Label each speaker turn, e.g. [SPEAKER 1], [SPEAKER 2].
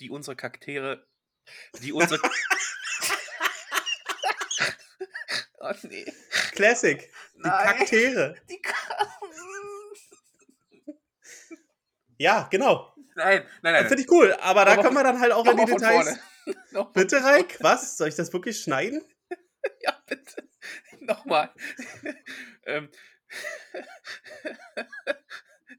[SPEAKER 1] die unsere Charaktere, die unsere. oh nee.
[SPEAKER 2] Classic. Die
[SPEAKER 1] Nein.
[SPEAKER 2] Charaktere.
[SPEAKER 1] Die
[SPEAKER 2] Ja, genau.
[SPEAKER 1] nein, nein, nein.
[SPEAKER 2] Finde ich cool. Aber da
[SPEAKER 1] Äh, Aber
[SPEAKER 2] kommen wir dann halt auch in die
[SPEAKER 1] Nochmal von
[SPEAKER 2] Details.
[SPEAKER 1] vorne. Nochmal
[SPEAKER 2] Bitte, Reik, was? Soll ich das wirklich schneiden?
[SPEAKER 1] Ja, bitte. Nochmal. ähm.